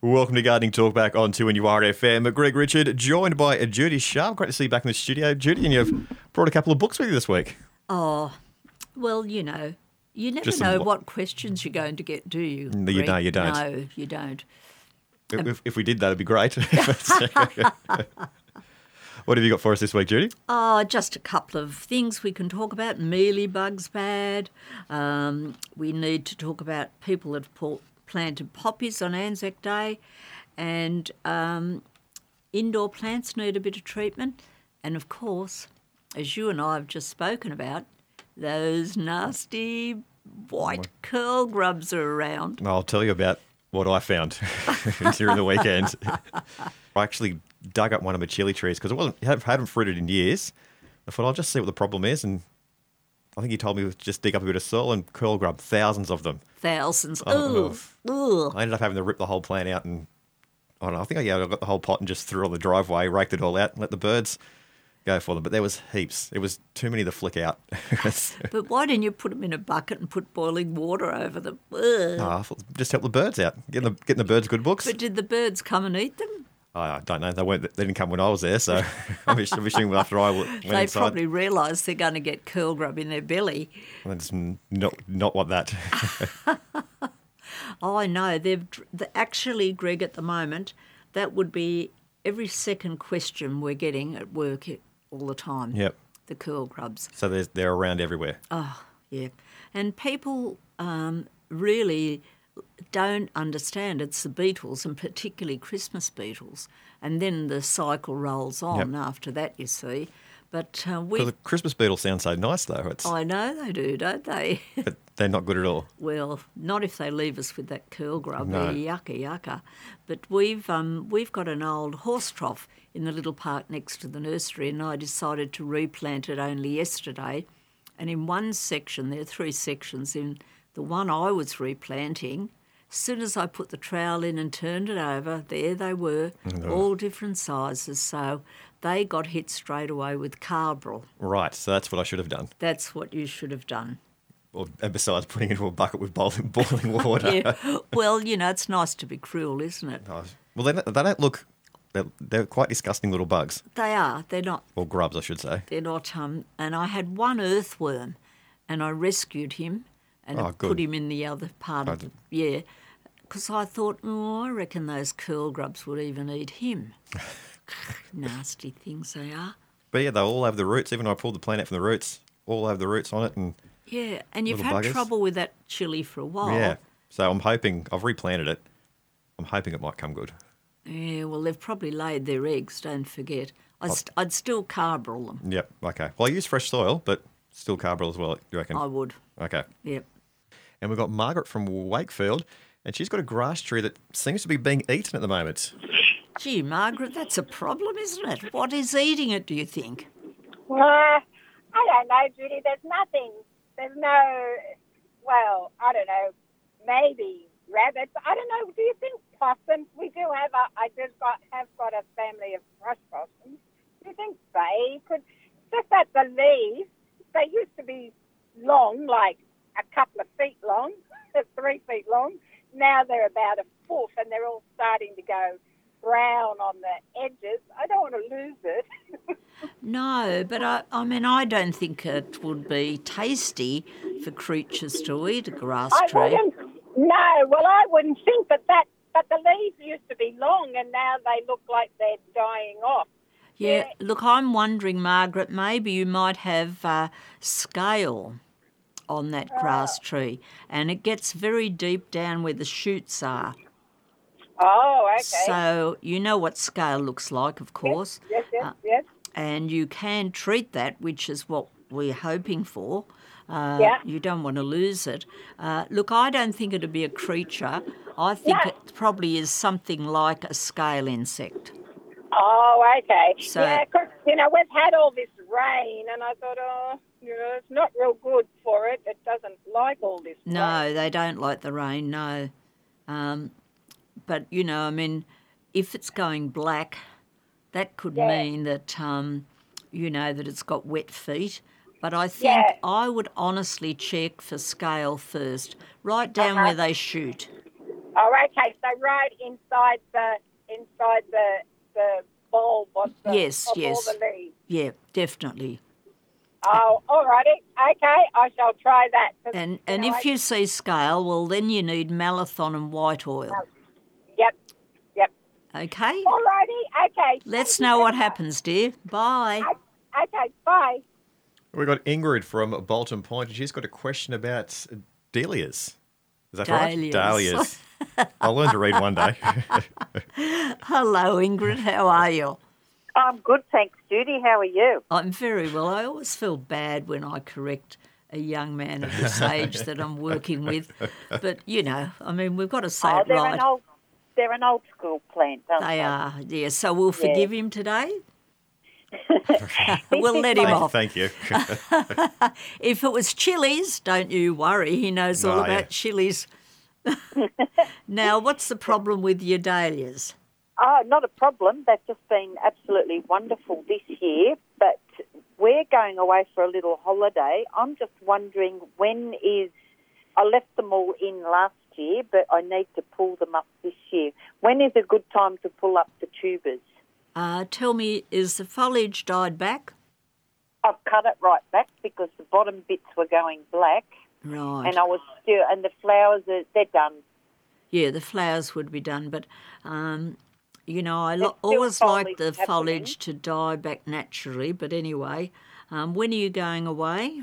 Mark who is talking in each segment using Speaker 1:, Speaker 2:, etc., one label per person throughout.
Speaker 1: Welcome to Gardening Talk back on 2NUR FM. Greg Richard, joined by Judy Sharp. Great to see you back in the studio. Judy, and you've brought a couple of books with you this week.
Speaker 2: Oh, well, you know, you never
Speaker 1: Just some
Speaker 2: know
Speaker 1: lo-
Speaker 2: what questions you're going to get, do you?
Speaker 1: No, you- no,
Speaker 2: Greg?
Speaker 1: you don't.
Speaker 2: No, you don't.
Speaker 1: If- If, if we did that, it'd be great. what have you got for us this week, Judy?
Speaker 2: Oh, just a couple of things we can talk about. Mealybugs bad. Um, we need to talk about people that have pl- planted poppies on Anzac Day, and um, indoor plants need a bit of treatment. And of course, as you and I have just spoken about, those nasty white curl grubs are around.
Speaker 1: I'll tell you about what I found during the weekend. I actually dug up one of my chili trees because it wasn't had- hadn't fruited in years. I thought I'll just see what the problem is, and I think he told me just dig up a bit of soil and curl grub thousands of them.
Speaker 2: thousands.
Speaker 1: Oh,
Speaker 2: Ooh, ooh.
Speaker 1: I ended up having to rip the whole plant out and I don't know. I think I, yeah, I got the whole pot and just threw it on the driveway, raked it all out, and let the birds go for them. But there was heaps. It was too many to flick out.
Speaker 2: But why didn't you put them in a bucket and put boiling water over them? Ugh.
Speaker 1: Ah, I thought, just help the birds out, getting the, getting the birds good books.
Speaker 2: But did the birds come and eat them?
Speaker 1: I don't know. They weren't. They didn't come when I was there, so I'm wish- I'm wishing after I went
Speaker 2: they
Speaker 1: inside.
Speaker 2: probably realise they're going to get curl grub in their belly.
Speaker 1: That's not not what that.
Speaker 2: Oh, I know. They've dr- the- actually, Greg, at the moment, that would be every second question we're getting at work i- all the time.
Speaker 1: Yep.
Speaker 2: The curl grubs.
Speaker 1: So there's, they're around everywhere.
Speaker 2: Oh, yeah. And people um, really don't understand it's the beetles and particularly Christmas beetles. And then the cycle rolls on after that, you see. But uh,
Speaker 1: But
Speaker 2: we,
Speaker 1: the Christmas beetles sound so nice though. It's
Speaker 2: I know they do, don't they?
Speaker 1: but they're not good at all.
Speaker 2: well, not if they leave us with that curl grub,
Speaker 1: No.
Speaker 2: eh, yucka yucka. But we've um, we've got an old horse trough in the little park next to the nursery, and I decided to replant it only yesterday. And in one section, there are three sections. In the one I was replanting, soon as I put the trowel in and turned it over, there they were, all different sizes. So they got hit straight away with Carbrel.
Speaker 1: Right. So that's what I should have done.
Speaker 2: That's what you should have done.
Speaker 1: Or, and besides putting it into a bucket with boiling, boiling water.
Speaker 2: yeah. Well, you know, it's nice to be cruel, isn't it?
Speaker 1: Oh, Well, they, don't- they don't look. They're, they're quite disgusting little bugs
Speaker 2: They are. They're not.
Speaker 1: or grubs, I should say.
Speaker 2: They're not. Um, and I had one earthworm, and I rescued him and
Speaker 1: Oh,
Speaker 2: I
Speaker 1: good.
Speaker 2: put him in the other part of the yeah, because I thought, oh, I reckon those curl grubs would even eat him. Nasty things they are.
Speaker 1: But yeah, they all have the roots. Even though I pulled the plant out from the roots, all have the roots on it, and
Speaker 2: Yeah, and you've
Speaker 1: Little
Speaker 2: had
Speaker 1: buggers.
Speaker 2: trouble with that chili for a while.
Speaker 1: yeah. So I'm hoping I've replanted it. I'm hoping it might come good.
Speaker 2: Yeah, well, they've probably laid their eggs. Don't forget. I st- I'd still carbrel them.
Speaker 1: Yep. Okay. Well, I use fresh soil, but still Carbrel as well. You reckon?
Speaker 2: I would.
Speaker 1: Okay.
Speaker 2: Yep.
Speaker 1: And we've got Margaret from Wakefield, and she's got a grass tree that seems to be being eaten at the moment.
Speaker 2: Gee, Margaret, that's a problem, isn't it? What is eating it, do you think?
Speaker 3: Uh, I don't know, Judy. There's nothing. There's no, well, I don't know, maybe rabbits. I don't know. Do you think possums? We do have a, I just got, have got a family of brush possums. Do you think they could, just that the leaves, they used to be long, like a couple of feet long, three feet long. Now they're about a foot and they're all starting to go brown on the edges. I don't want to lose it.
Speaker 2: No, but I, I mean, I don't think it would be tasty for creatures to eat a grass
Speaker 3: I
Speaker 2: tree.
Speaker 3: wouldn't. No, well, I wouldn't think that that. But the leaves used to be long, and now they look like they're dying off.
Speaker 2: Yeah, look, I'm wondering, Margaret, maybe you might have uh, scale on that
Speaker 3: Uh.
Speaker 2: grass tree, and it gets very deep down where the shoots are.
Speaker 3: Oh, okay.
Speaker 2: So you know what scale looks like, of course.
Speaker 3: yes, yes, yes.
Speaker 2: and you can treat that, which is what we're hoping for. Uh,
Speaker 3: Yeah.
Speaker 2: You don't want to lose it. Uh, look, I don't think it'd be a creature. I think
Speaker 3: No.
Speaker 2: it probably is something like a scale insect.
Speaker 3: Oh, okay.
Speaker 2: So-
Speaker 3: yeah, 'cause, you know we've had all this rain, and I thought, oh, you know, it's not real good for it. It doesn't like all this. rain.
Speaker 2: No, they don't like the rain, no. Um, but, you know, I mean, if it's going black, that could
Speaker 3: Yeah.
Speaker 2: mean that, um, you know, that it's got wet feet. But I think
Speaker 3: Yeah. Uh-huh.
Speaker 2: I would honestly check for scale first, right down where they shoot.
Speaker 3: Oh, okay. So right inside the inside the the bulb of the
Speaker 2: Yes,
Speaker 3: of all
Speaker 2: yes.
Speaker 3: the leaves.
Speaker 2: Yeah, definitely.
Speaker 3: Oh, alrighty. Okay, I shall try that. 'cause,
Speaker 2: And and
Speaker 3: know,
Speaker 2: if
Speaker 3: I-
Speaker 2: you see scale, well then you need malathon and white oil.
Speaker 3: yep, yep.
Speaker 2: Okay?
Speaker 3: Alrighty. Okay.
Speaker 2: Let's
Speaker 3: Thank you
Speaker 2: know
Speaker 3: very
Speaker 2: what
Speaker 3: much.
Speaker 2: happens, dear. Bye.
Speaker 3: Okay. Bye.
Speaker 1: We've got Ingrid from Bolton Point, and she's got a question about dahlias. Is that right?
Speaker 2: Dahlias.
Speaker 1: Dahlias. I'll learn to read one day.
Speaker 2: Hello, Ingrid. How are you?
Speaker 4: I'm good, thanks, Judy. How are you?
Speaker 2: I'm very well. I always feel bad when I correct a young man of this age that I'm working with. But, you know, I mean, we've got to say
Speaker 4: oh,
Speaker 2: it
Speaker 4: they're
Speaker 2: right.
Speaker 4: an old, they're an old school plant, aren't they?
Speaker 2: they are, yeah. So we'll forgive him today. we'll let him
Speaker 1: thank,
Speaker 2: off.
Speaker 1: thank you.
Speaker 2: If it was chilies, don't you worry. He knows all
Speaker 1: No,
Speaker 2: about
Speaker 1: yeah.
Speaker 2: chilies. now, what's the problem with your dahlias?
Speaker 4: Oh, not a problem. They've just been absolutely wonderful this year, but we're going away for a little holiday. I'm just wondering when is. I left them all in last year, but I need to pull them up this year. When is a good time to pull up the tubers?
Speaker 2: Uh, tell me, is the foliage dyed back?
Speaker 4: I've cut it right back because the bottom bits were going black,
Speaker 2: Right.
Speaker 4: and I was still, and the flowers are they're done.
Speaker 2: yeah, the flowers would be done, but um, you know, I lo-
Speaker 4: still
Speaker 2: always like the
Speaker 4: foliage happening.
Speaker 2: foliage to die back naturally. But anyway, um, when are you going away?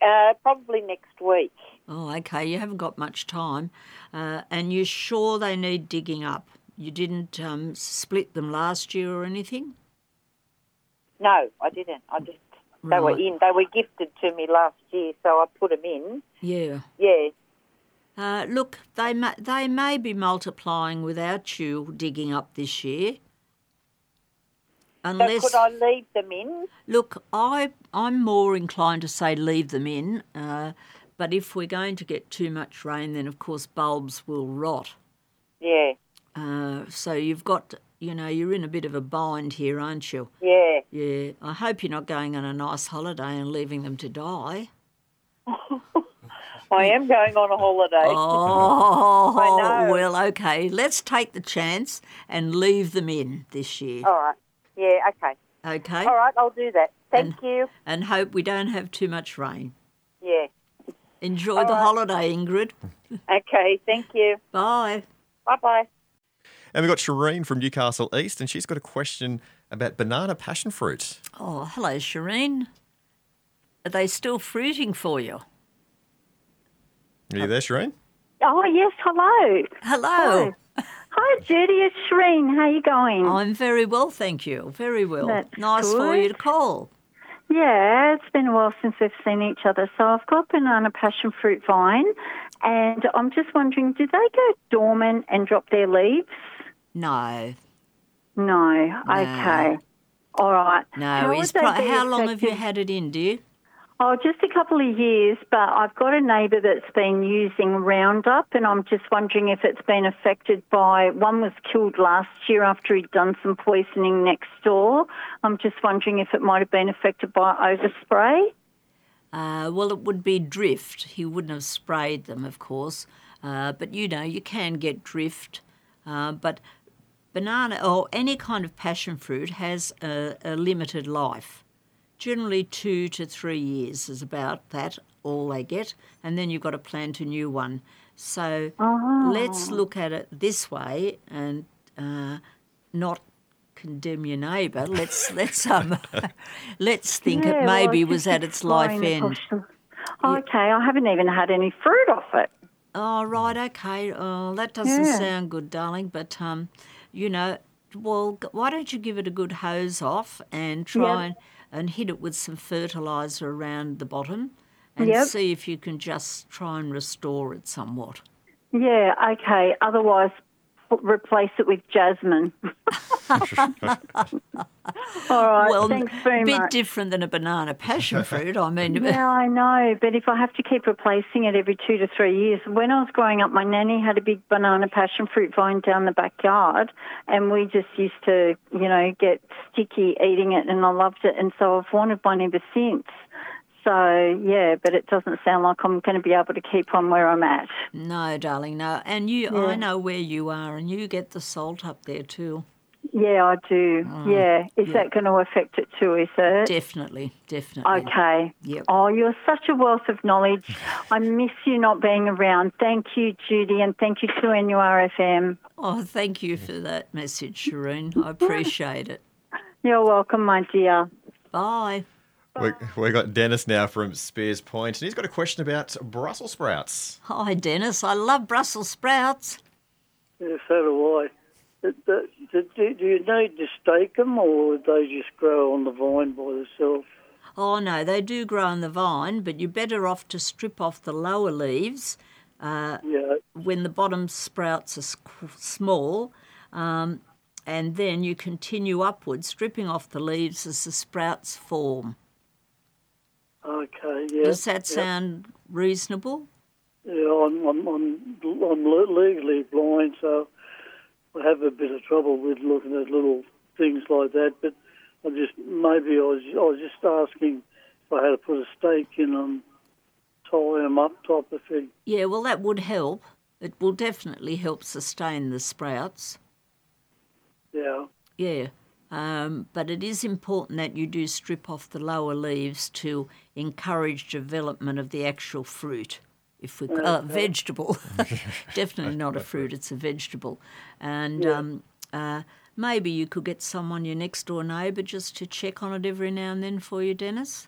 Speaker 4: Uh, probably next week.
Speaker 2: Oh, okay, you haven't got much time, uh, and you're sure they need digging up. You didn't um, split them last year or anything.
Speaker 4: No, I didn't. I just they were
Speaker 2: Right.
Speaker 4: in. They were gifted to me last year, so I put them in.
Speaker 2: Yeah.
Speaker 4: Yeah.
Speaker 2: Uh, look, they may, they may be multiplying without you digging up this year.
Speaker 4: So
Speaker 2: Unless
Speaker 4: could I leave them in?
Speaker 2: Look, I I'm more inclined to say leave them in, uh, but if we're going to get too much rain, then of course bulbs will rot.
Speaker 4: Yeah.
Speaker 2: Uh, so you've got you know you're in a bit of a bind here, aren't you?
Speaker 4: Yeah.
Speaker 2: Yeah. I hope you're not going on a nice holiday and leaving them to die.
Speaker 4: I am going on a holiday. I
Speaker 2: Oh
Speaker 4: know.
Speaker 2: well, okay. Let's take the chance and leave them in this year.
Speaker 4: All right. Yeah. Okay.
Speaker 2: Okay.
Speaker 4: All right. I'll do that. Thank you.
Speaker 2: And hope we don't have too much rain.
Speaker 4: Yeah.
Speaker 2: Enjoy the holiday, Ingrid.
Speaker 4: Okay. Thank you.
Speaker 2: Bye.
Speaker 4: Bye bye.
Speaker 1: and we've got Shireen from Newcastle East, and she's got a question about banana passion fruit.
Speaker 2: Oh, hello, Shireen. Are they still fruiting for you?
Speaker 1: Are you there, Shireen?
Speaker 5: Oh yes, hello.
Speaker 2: Hello.
Speaker 5: Hi Judy, it's Shreen. How you going?
Speaker 2: I'm very well, thank you. Very well.
Speaker 5: That's
Speaker 2: nice for
Speaker 5: good.
Speaker 2: you to call.
Speaker 5: Yeah, it's been a while since we've seen each other. So I've got banana passion fruit vine and I'm just wondering, do they go dormant and drop their leaves?
Speaker 2: No,
Speaker 5: No. Okay. All right.
Speaker 2: no.
Speaker 5: How
Speaker 2: he's
Speaker 5: would
Speaker 2: pro-
Speaker 5: they be
Speaker 2: how long have you
Speaker 5: affected-
Speaker 2: had it in, dear?
Speaker 5: Oh, just a couple of years, but I've got a neighbour that's been using Roundup, and I'm just wondering if it's been affected by one was killed last year after he'd done some poisoning next door. I'm just wondering if it might have been affected by overspray.
Speaker 2: Uh, well, it would be drift. He wouldn't have sprayed them, of course. Uh, but you know, you can get drift. Uh, but banana or any kind of passion fruit has a, a limited life. Generally, two to three years is about that all they get, and then you've got to plant a new one. So
Speaker 5: Ah.
Speaker 2: let's look at it this way and uh, not condemn your neighbour. Let's let's um, let's think
Speaker 5: Yeah,
Speaker 2: it
Speaker 5: well, I
Speaker 2: maybe
Speaker 5: was
Speaker 2: was
Speaker 5: just
Speaker 2: at its life
Speaker 5: exploring the
Speaker 2: end.
Speaker 5: question. Okay, I haven't even had any fruit off it.
Speaker 2: Oh, right, okay. Oh, that doesn't
Speaker 5: Yeah.
Speaker 2: sound good, darling, but, um, you know, well, g- why don't you give it a good hose off and try and, and hit it with some fertiliser around the bottom and
Speaker 5: Yep.
Speaker 2: see if you can just try and restore it somewhat.
Speaker 5: Yeah, okay. Otherwise, p- replace it with jasmine. All right,
Speaker 2: well,
Speaker 5: Uh, thanks very
Speaker 2: a bit
Speaker 5: much.
Speaker 2: different than a banana passion fruit. I mean,
Speaker 5: Yeah, I know, but if I have to keep replacing it every two to three years, when I was growing up, my nanny had a big banana passion fruit vine down the backyard, and we just used to, you know, get sticky eating it, and I loved it, and so I've wanted one ever since. So, yeah, but it doesn't sound like I'm going to be able to keep on where I'm at.
Speaker 2: No, darling, no. And you, I know where you are, and you get the salt up there too.
Speaker 5: Yeah, I do. yeah. Is that going to affect it too, is it?
Speaker 2: Definitely, definitely.
Speaker 5: Uh, Okay.
Speaker 2: Yep.
Speaker 5: Oh, you're such a wealth of knowledge. I miss you not being around. Thank you, Judy, and thank you to NURFM.
Speaker 2: Oh, thank you for that message, Sharon. I appreciate it.
Speaker 5: You're welcome, my dear.
Speaker 2: Bye.
Speaker 1: We, we got Dennis now from Spears Point, and he's got a question about Brussels sprouts.
Speaker 2: Hi, Dennis. I love Brussels sprouts.
Speaker 6: Yeah, so do I. But- but Do, do, do you need to stake them, or they just grow on the vine by themselves?
Speaker 2: Oh no, they do grow on the vine, but you're better off to strip off the lower leaves uh,
Speaker 6: Yeah,
Speaker 2: when the bottom sprouts are s- small, um, and then you continue upwards, stripping off the leaves as the sprouts form.
Speaker 6: okay, yeah.
Speaker 2: Does that sound reasonable?
Speaker 6: Yeah, I'm, I'm, I'm, I'm le- legally blind, so I have a bit of trouble with looking at little things like that. But I just maybe I was, I was just asking if I had to put a stake in them, tie them up, type of thing.
Speaker 2: Yeah, well, that would help. It will definitely help sustain the sprouts.
Speaker 6: Yeah,
Speaker 2: Yeah. Um, but it is important that you do strip off the lower leaves to encourage development of the actual fruit. If we uh, vegetable, definitely not a fruit; it's a vegetable. And um, uh, maybe you could get someone, your next door neighbour, just to check on it every now and then for you, Dennis.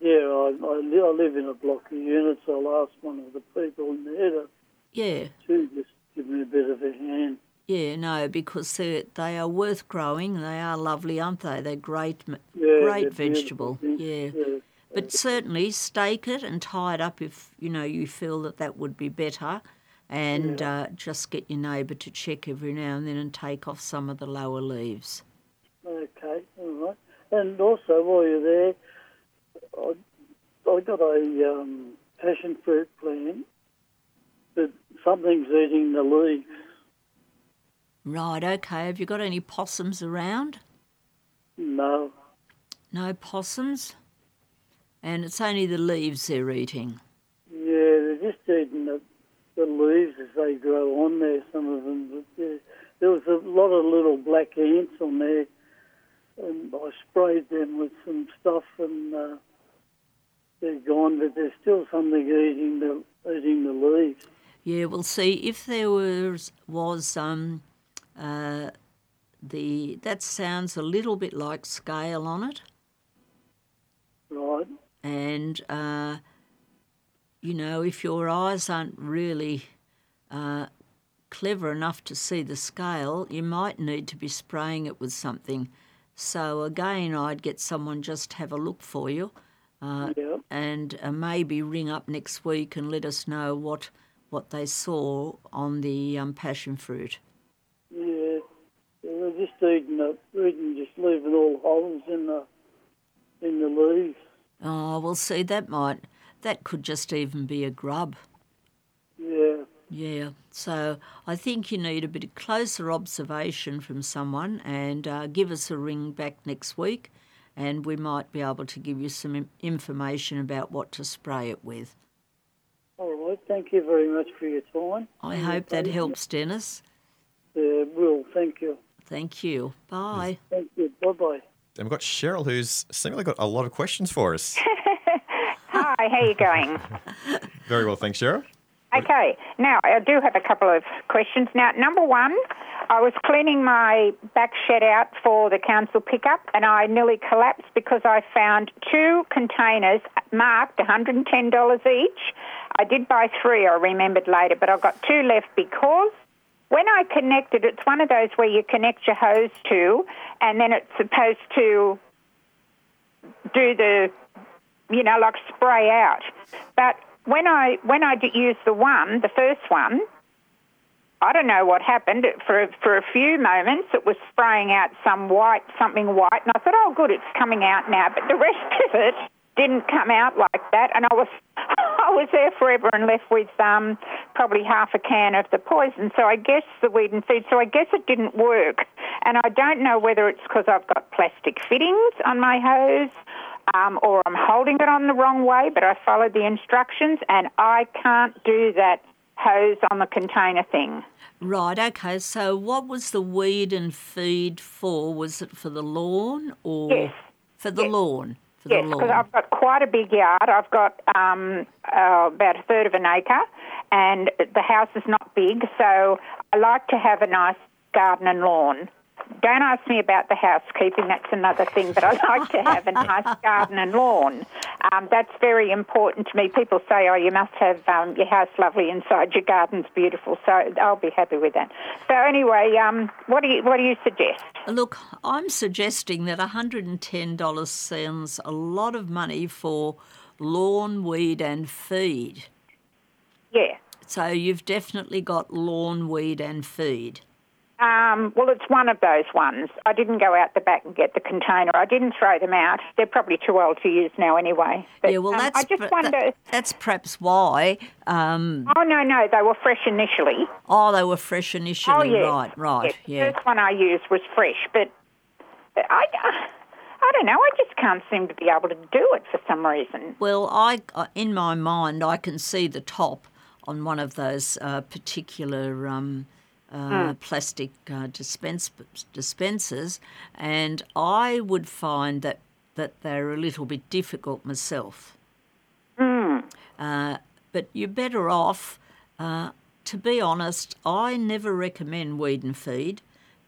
Speaker 6: yeah. I, I, li- I live in a block of units. I'll ask one of the people in there to,
Speaker 2: Yeah,
Speaker 6: to just give me a bit of a hand.
Speaker 2: yeah, no, because they they are worth growing. They are lovely, aren't they? They're great, m-
Speaker 6: Yeah, they're
Speaker 2: great vegetable.
Speaker 6: beautiful things. yeah.
Speaker 2: But certainly stake it and tie it up if you know you feel that that would be better, and uh, just get your neighbour to check every now and then and take off some of the lower leaves.
Speaker 6: Okay, all right. And also, while you're there, I, I got a um, passion fruit plant, but something's eating the leaves.
Speaker 2: Right, okay. Have you got any possums around?
Speaker 6: No,
Speaker 2: No possums, and it's only the leaves they're eating.
Speaker 6: yeah, they're just eating the, the leaves as they grow on there. Some of them, but yeah, there was a lot of little black ants on there, and I sprayed them with some stuff, and uh, they're gone. But there's still something eating the eating the leaves.
Speaker 2: Yeah, well, see, if there was was um, uh, the that sounds a little bit like scale on it.
Speaker 6: Right.
Speaker 2: and uh, you know if your eyes aren't really uh, clever enough to see the scale, you might need to be spraying it with something. So again, I'd get someone just to have a look for you, uh,
Speaker 6: Yeah.
Speaker 2: and uh, maybe ring up next week and let us know what what they saw on the um, passion fruit.
Speaker 6: Yeah, they're just eating up, eating, just leaving all holes in the in the leaves.
Speaker 2: Oh, well, see, that might that could just even be a grub.
Speaker 6: Yeah,
Speaker 2: Yeah, so I think you need a bit of closer observation from someone and uh, give us a ring back next week and we might be able to give you some im- information about what to spray it with.
Speaker 6: all right. Thank you very much for your time.
Speaker 2: I hope that helps, Dennis.
Speaker 6: Yeah, Will, thank you.
Speaker 2: Thank you. Bye.
Speaker 6: Thank you. Bye bye.
Speaker 1: And we've got Cheryl, who's seemingly got a lot of questions for us.
Speaker 7: Hi, how are you going?
Speaker 1: Very well, thanks, Cheryl.
Speaker 7: Okay, now I do have a couple of questions. Now, number one, I was cleaning my back shed out for the council pickup and I nearly collapsed because I found two containers marked $110 each. I did buy three, I remembered later, but I've got two left because when I connected, it's one of those where you connect your hose to and then it's supposed to do the you know, like spray out. But when I when I did use the one, the first one, I don't know what happened. It- For for a few moments, it was spraying out some white, something white, and I thought, oh, good, it's coming out now. But the rest of it didn't come out like that, and I was I was there forever and left with um, probably half a can of the poison. So I guess the weed and feed. So I guess it didn't work, and I don't know whether it's because I've got plastic fittings on my hose um, or I'm holding it on the wrong way, but I followed the instructions and I can't do that hose on the container thing.
Speaker 2: Right, okay. So what was the weed and feed for? Was it for the lawn or
Speaker 7: Yes.
Speaker 2: for the lawn? For
Speaker 7: Yes,
Speaker 2: the
Speaker 7: because
Speaker 2: lawn.
Speaker 7: I've got quite a big yard. I've got um, uh, about a third of an acre, and the house is not big, so I like to have a nice garden and lawn. Don't ask me about the housekeeping, that's another thing, but I like to have a nice garden and lawn. Um, that's very important to me. People say, oh, you must have um, your house lovely inside, your garden's beautiful, so I'll be happy with that. So, anyway, um, what, do you, what do you suggest?
Speaker 2: Look, I'm suggesting that $110 sounds a lot of money for lawn, weed, and feed.
Speaker 7: Yeah.
Speaker 2: So you've definitely got lawn, weed, and feed.
Speaker 7: Um, well, it's one of those ones. I didn't go out the back and get the container. I didn't throw them out. They're probably too old to use now anyway. But,
Speaker 2: yeah, well,
Speaker 7: um,
Speaker 2: that's
Speaker 7: I just
Speaker 2: per-
Speaker 7: wonder.
Speaker 2: that- that's perhaps why. Um,
Speaker 7: Oh no, no, they were fresh initially.
Speaker 2: oh, they were fresh initially.
Speaker 7: oh yeah,
Speaker 2: Right, right,
Speaker 7: Yeah, The
Speaker 2: yeah.
Speaker 7: first one I used was fresh, but but I, I don't know. I just can't seem to be able to do it for some reason.
Speaker 2: Well, I uh, in my mind I can see the top on one of those uh, particular um, uh, plastic uh, dispense, dispensers, and I would find that that they're a little bit difficult myself. Uh, but you're better off. Uh, to be honest, I never recommend weed and feed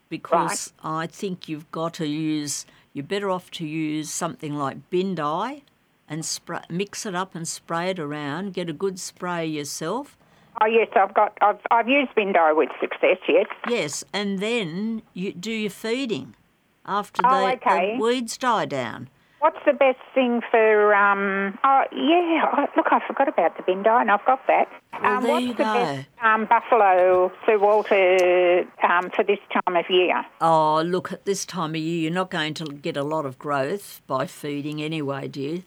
Speaker 2: because I think you've got to use. You're better off to use something like bin dye and spray, mix it up and spray it around. Get a good spray yourself.
Speaker 7: Oh yes, I've got. I've I've used Window with success. Yes.
Speaker 2: Yes, and then you do your feeding after
Speaker 7: Oh,
Speaker 2: the,
Speaker 7: okay.
Speaker 2: the weeds die down.
Speaker 7: What's the best thing for? Um, oh yeah, oh, look, I forgot about the bin dye, and I've got that.
Speaker 2: Well,
Speaker 7: um,
Speaker 2: there
Speaker 7: what's
Speaker 2: you
Speaker 7: the
Speaker 2: go.
Speaker 7: best um, buffalo Sir Walter um, for this time of year?
Speaker 2: Oh, look, at this time of year, you're not going to get a lot of growth by feeding anyway, dear.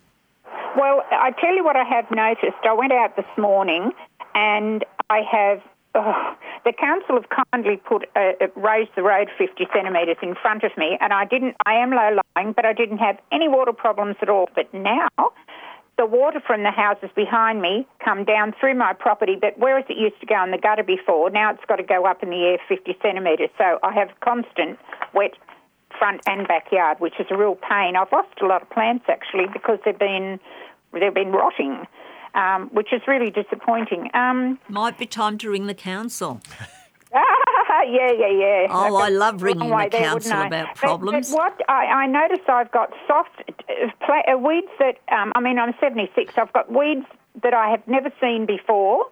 Speaker 7: Well, I tell you what, I have noticed. I went out this morning, and I have. Oh, the council have kindly put uh, uh, raised the road 50 centimetres in front of me, and I didn't. I am low lying, but I didn't have any water problems at all. But now, the water from the houses behind me come down through my property. But whereas it used to go in the gutter before, now it's got to go up in the air 50 centimetres. So I have constant wet front and backyard, which is a real pain. I've lost a lot of plants actually because they've been they've been rotting, um, which is really disappointing. Um,
Speaker 2: Might be time to ring the council.
Speaker 7: yeah, yeah, yeah.
Speaker 2: Oh,
Speaker 7: I've
Speaker 2: I
Speaker 7: got
Speaker 2: love
Speaker 7: a
Speaker 2: ringing
Speaker 7: long way
Speaker 2: the
Speaker 7: there,
Speaker 2: council
Speaker 7: wouldn't I?
Speaker 2: about
Speaker 7: But-
Speaker 2: problems.
Speaker 7: But, what I, I notice, I've got soft uh, pla- uh, weeds that um, I mean, I'm 76. I've got weeds that I have never seen before.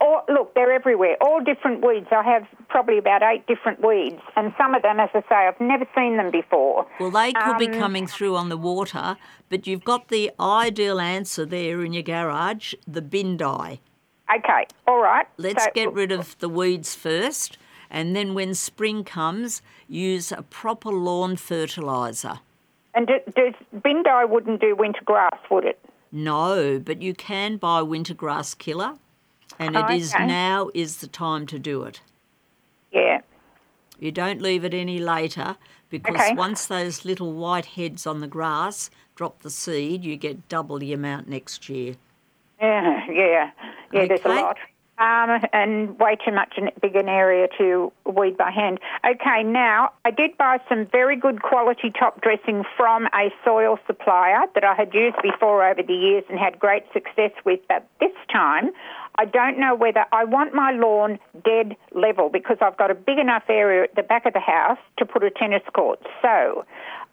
Speaker 7: All, look, they're everywhere. All different weeds. I have probably about eight different weeds, and some of them, as I say, I've never seen them before.
Speaker 2: Well, they could
Speaker 7: Um,
Speaker 2: be coming through on the water, but you've got the ideal answer there in your garage the bin dye.
Speaker 7: Okay, all right.
Speaker 2: Let's
Speaker 7: So-
Speaker 2: get rid of the weeds first, and then when spring comes, use a proper lawn fertiliser.
Speaker 7: And do, does bin dye wouldn't do winter grass, would it?
Speaker 2: No, but you can buy winter grass killer, and it is
Speaker 7: Oh, Okay.
Speaker 2: now is the time to do it.
Speaker 7: Yeah.
Speaker 2: You don't leave it any later because
Speaker 7: Okay.
Speaker 2: once those little white heads on the grass drop the seed, you get double the amount next year.
Speaker 7: Yeah, yeah, yeah. There's a
Speaker 2: Okay.
Speaker 7: lot, um, and way too much an- big an area to weed by hand. Okay, now I did buy some very good quality top dressing from a soil supplier that I had used before over the years and had great success with, but this time. I don't know whether I want my lawn dead level because I've got a big enough area at the back of the house to put a tennis court. So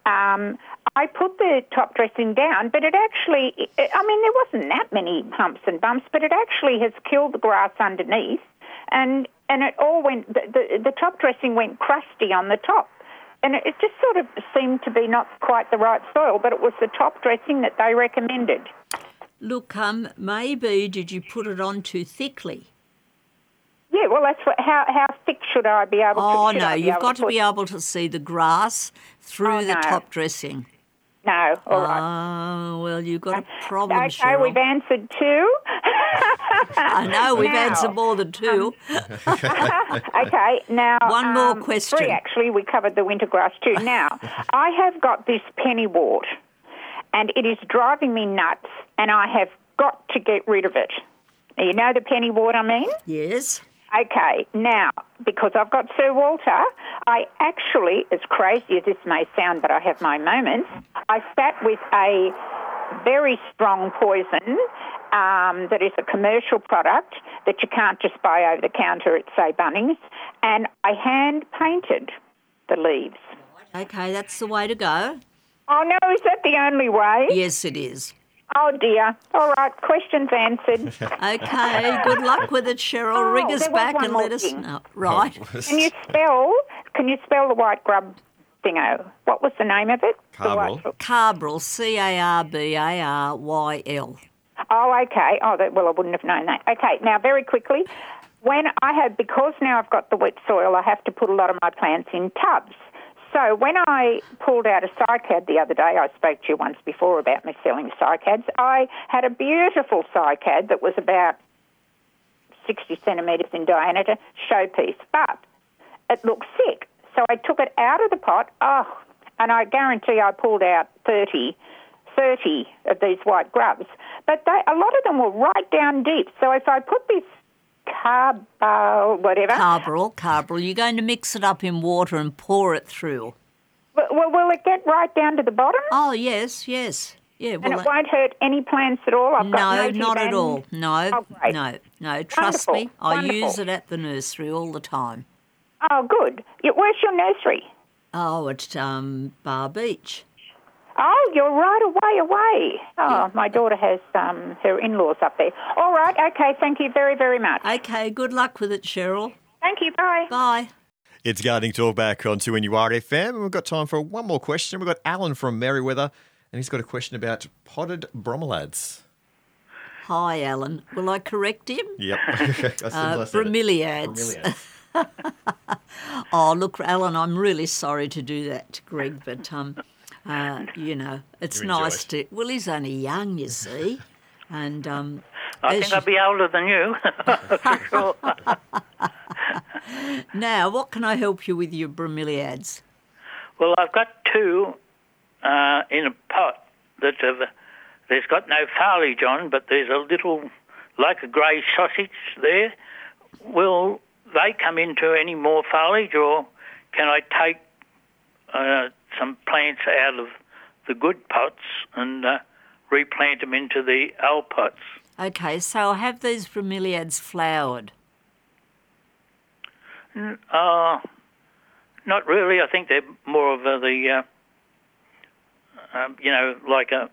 Speaker 7: um, I put the top dressing down, but it actually, I mean, there wasn't that many humps and bumps, but it actually has killed the grass underneath. And, and it all went, the, the, the top dressing went crusty on the top. And it, it just sort of seemed to be not quite the right soil, but it was the top dressing that they recommended.
Speaker 2: Look, um, maybe did you put it on too thickly?
Speaker 7: Yeah, well, that's what, how, how thick should I be able to
Speaker 2: Oh
Speaker 7: should
Speaker 2: no,
Speaker 7: I be
Speaker 2: you've
Speaker 7: able
Speaker 2: got to
Speaker 7: put-
Speaker 2: be able to see the grass through
Speaker 7: Oh,
Speaker 2: the
Speaker 7: no.
Speaker 2: top dressing.
Speaker 7: No, all right.
Speaker 2: Oh well, you've got a problem,
Speaker 7: Okay,
Speaker 2: Cheryl.
Speaker 7: we've answered two.
Speaker 2: I know we've
Speaker 7: now. Um,
Speaker 2: had some more than two.
Speaker 7: okay, now
Speaker 2: One more
Speaker 7: um,
Speaker 2: question.
Speaker 7: Three actually. We covered the winter grass too. Now I have got this pennywort, and it is driving me nuts, and I have got to get rid of it. Now, You know the penny ward I mean?
Speaker 2: Yes.
Speaker 7: Okay, now, because I've got Sir Walter, I actually, as crazy as this may sound, but I have my moments, I sat with a very strong poison um, that is a commercial product that you can't just buy over the counter at, say, Bunnings, and I hand painted the leaves.
Speaker 2: Okay, that's the way to go.
Speaker 7: Oh, no, is that the only way?
Speaker 2: Yes, it is.
Speaker 7: Oh, dear. All right, questions answered.
Speaker 2: Okay, good luck with it, Cheryl.
Speaker 7: Oh,
Speaker 2: Ring us
Speaker 7: there was
Speaker 2: back
Speaker 7: one
Speaker 2: and
Speaker 7: more
Speaker 2: let us
Speaker 7: thing.
Speaker 2: know. Right.
Speaker 7: Can you spell? Can you spell the white grub thingo? What was the name of it? The white
Speaker 1: Carbaryl.
Speaker 2: Carbaryl, C A R B A R Y L.
Speaker 7: Oh, okay. Oh, that, well, I wouldn't have known that. Okay, now very quickly, when I have because now I've got the wet soil, I have to put a lot of my plants in tubs. So when I pulled out a cycad the other day, I spoke to you once before about me selling cycads. I had a beautiful cycad that was about 60 centimetres in diameter, showpiece, but it looked sick. So I took it out of the pot, oh, and I guarantee I pulled out 30, 30 of these white grubs. But they, a lot of them were right down deep. So if I put this carbo, whatever,
Speaker 2: Carbaryl, carbaryl. You're going to mix it up in water and pour it through.
Speaker 7: w- well, will it get right down to the bottom?
Speaker 2: Oh, yes, yes. Yeah,
Speaker 7: and
Speaker 2: well,
Speaker 7: it won't hurt any plants at all. I've
Speaker 2: no,
Speaker 7: got
Speaker 2: not at
Speaker 7: band.
Speaker 2: all. No,
Speaker 7: Oh, great.
Speaker 2: no, no. Trust
Speaker 7: Wonderful,
Speaker 2: me, I
Speaker 7: wonderful.
Speaker 2: use it at the nursery all the time.
Speaker 7: Oh, good. Yeah, Where's your nursery?
Speaker 2: Oh, at um, Bar Beach.
Speaker 7: Oh, you're right away away. Oh, my daughter has um, her in-laws up there. All right, okay. Thank you very, very much.
Speaker 2: Okay, good luck with it, Cheryl.
Speaker 7: Thank you. Bye.
Speaker 2: Bye.
Speaker 1: It's Gardening Talk back on 2NUR FM, and we've got time for one more question. We've got Alan from Merriweather, and he's got a question about potted bromelads.
Speaker 2: Hi, Alan. Will I correct him?
Speaker 1: Yep. I still- I
Speaker 2: Uh,
Speaker 1: said it.
Speaker 2: bromeliads.
Speaker 1: Bromeliads.
Speaker 2: Oh, look, Alan, I'm really sorry to do that to Greg, but, um, uh, you know, it's
Speaker 1: You enjoy
Speaker 2: nice
Speaker 1: it.
Speaker 2: to. Well, he's only young, you see. And um, as
Speaker 8: I think
Speaker 2: you-
Speaker 8: I'll be older than you. For sure.
Speaker 2: now, what can I help you with your bromeliads?
Speaker 8: Well, I've got two uh, in a pot that have, there's got no foliage on, but there's a little, like a grey sausage there. Will they come into any more foliage, or can I take uh, some plants out of the good pots and uh, replant them into the old pots?
Speaker 2: Okay, so have these bromeliads flowered?
Speaker 8: Uh, not really. I think they're more of uh, the, uh, um, you know, like a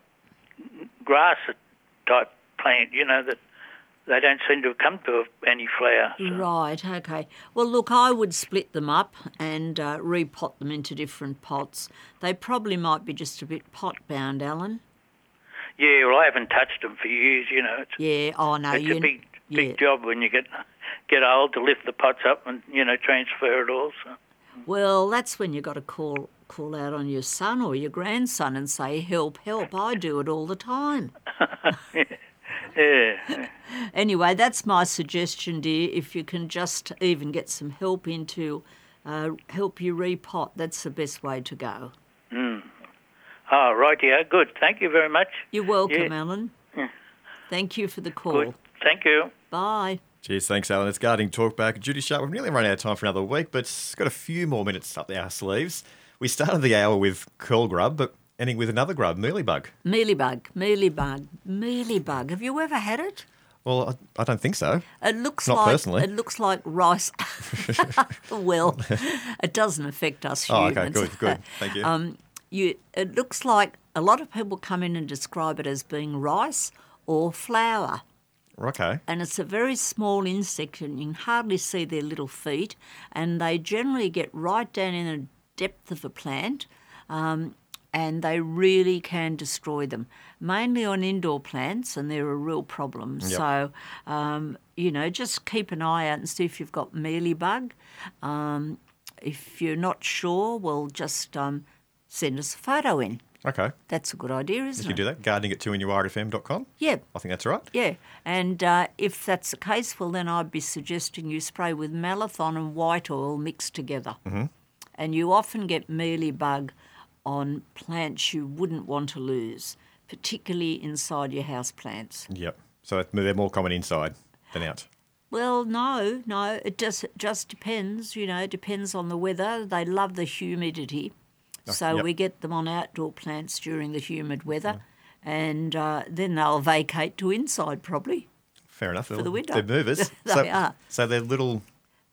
Speaker 8: grass type plant, you know, that they don't seem to have come to any flower.
Speaker 2: Right, okay. Well, look, I would split them up and uh, repot them into different pots. They probably might be just a bit pot bound, Alan.
Speaker 8: Yeah, well, I haven't touched them for years, you know. It's,
Speaker 2: Yeah, oh no,
Speaker 8: it's
Speaker 2: you.
Speaker 8: a big,
Speaker 2: yeah.
Speaker 8: big job when you get get old to lift the pots up and, you know, transfer it all. So.
Speaker 2: Well, that's when you got to call call out on your son or your grandson and say, "Help, help! I do it all the time."
Speaker 8: Yeah.
Speaker 2: Anyway, that's my suggestion, dear. If you can just even get some help into uh, help you repot, that's the best way to go.
Speaker 8: Oh, right, yeah, good. Thank you very much.
Speaker 2: You're welcome, Alan. Thank you for the call.
Speaker 8: Good. Thank you.
Speaker 2: Bye.
Speaker 1: Cheers, thanks, Alan. It's Gardening Talk back. Judy Sharp, we've nearly run out of time for another week, but it's got a few more minutes up our sleeves. We started the hour with curl grub, but ending with another grub, mealybug.
Speaker 2: Mealybug, mealybug, mealybug. Have you ever had it?
Speaker 1: Well, I, I don't think so.
Speaker 2: It looks
Speaker 1: Not
Speaker 2: like
Speaker 1: personally.
Speaker 2: it looks like rice. well, it doesn't affect us
Speaker 1: Oh,
Speaker 2: humans.
Speaker 1: okay, good, good. Thank you.
Speaker 2: Um, you it looks like a lot of people come in and describe it as being rice or flour
Speaker 1: okay.
Speaker 2: and it's a very small insect and you can hardly see their little feet and they generally get right down in the depth of a plant um, and they really can destroy them mainly on indoor plants and they're a real problem so um, you know just keep an eye out and see if you've got mealybug um, if you're not sure well just um, send us a photo in
Speaker 1: Okay.
Speaker 2: that's a good idea isn't
Speaker 1: You can
Speaker 2: it
Speaker 1: do that. Gardening at 2nurfm.com.
Speaker 2: yeah
Speaker 1: I think that's all right.
Speaker 2: yeah, and uh, if that's the case, well, then I'd be suggesting you spray with malathon and white oil mixed together. Mm-hmm. And you often get mealybug on plants you wouldn't want to lose. particularly inside your house plants.
Speaker 1: Yep. So it- they're more common inside than out.
Speaker 2: Well, no, no, it just it just depends. You know, it depends on the weather. They love the humidity, so
Speaker 1: yep.
Speaker 2: we get them on outdoor plants during the humid weather, and uh, then they'll vacate to inside probably.
Speaker 1: Fair enough. For
Speaker 2: the winter.
Speaker 1: They're movers.
Speaker 2: They
Speaker 1: so,
Speaker 2: are.
Speaker 1: So they're little.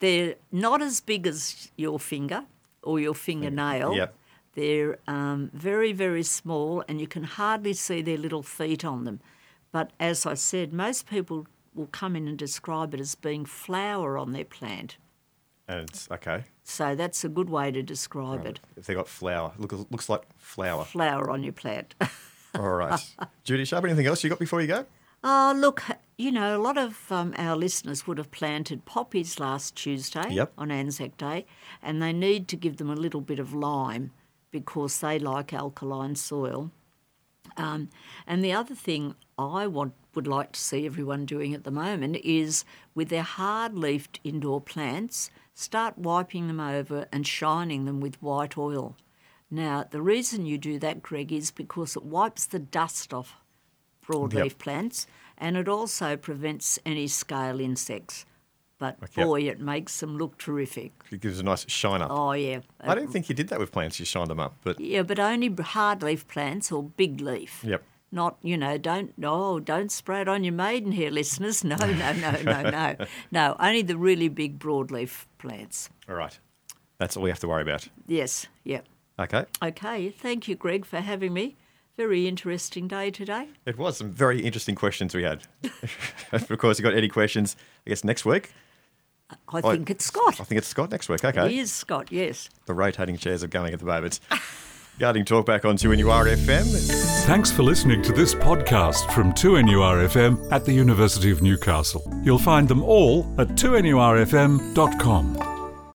Speaker 2: They're not as big as your finger or your fingernail.
Speaker 1: Yep.
Speaker 2: They're um, very, very small, and you can hardly see their little feet on them. But as I said, most people will come in and describe it as being flour on their plant.
Speaker 1: And it's okay.
Speaker 2: So that's a good way to describe it.
Speaker 1: If they got flour, look, looks like flour.
Speaker 2: Flour on your plant.
Speaker 1: All right. Judy Sharp, anything else you got before you go?
Speaker 2: Oh, look, you know, a lot of um, our listeners would have planted poppies last Tuesday
Speaker 1: Yep.
Speaker 2: on Anzac Day, and they need to give them a little bit of lime because they like alkaline soil. Um, and the other thing I want would like to see everyone doing at the moment is with their hard leafed indoor plants, start wiping them over and shining them with white oil. Now, the reason you do that, Greg, is because it wipes the dust off broadleaf plants and it also prevents any scale insects. But
Speaker 1: Okay.
Speaker 2: boy, it makes them look terrific.
Speaker 1: It gives a nice shine up.
Speaker 2: Oh, yeah.
Speaker 1: I don't think you did that with plants. You shined them up, but
Speaker 2: Yeah, but only hardleaf plants or big leaf.
Speaker 1: yep.
Speaker 2: Not, you know, don't, oh, don't spray it on your maidenhair, listeners. No, no, no, no, no. No, only the really big broadleaf plants.
Speaker 1: All right. That's all we have to worry about.
Speaker 2: Yes, yeah.
Speaker 1: Okay.
Speaker 2: Okay, thank you, Greg, for having me. Very interesting day today.
Speaker 1: It was some very interesting questions we had. of course, you got any questions? I guess next week.
Speaker 2: I
Speaker 1: Oh,
Speaker 2: think it's Scott.
Speaker 1: I think it's Scott next week.
Speaker 2: It
Speaker 1: Okay.
Speaker 2: is Scott, yes.
Speaker 1: The rotating chairs are going at the moment. Guarding talk back on 2NURFM.
Speaker 9: Thanks for listening to this podcast from 2NURFM at the University of Newcastle. You'll find them all at 2NURFM.com.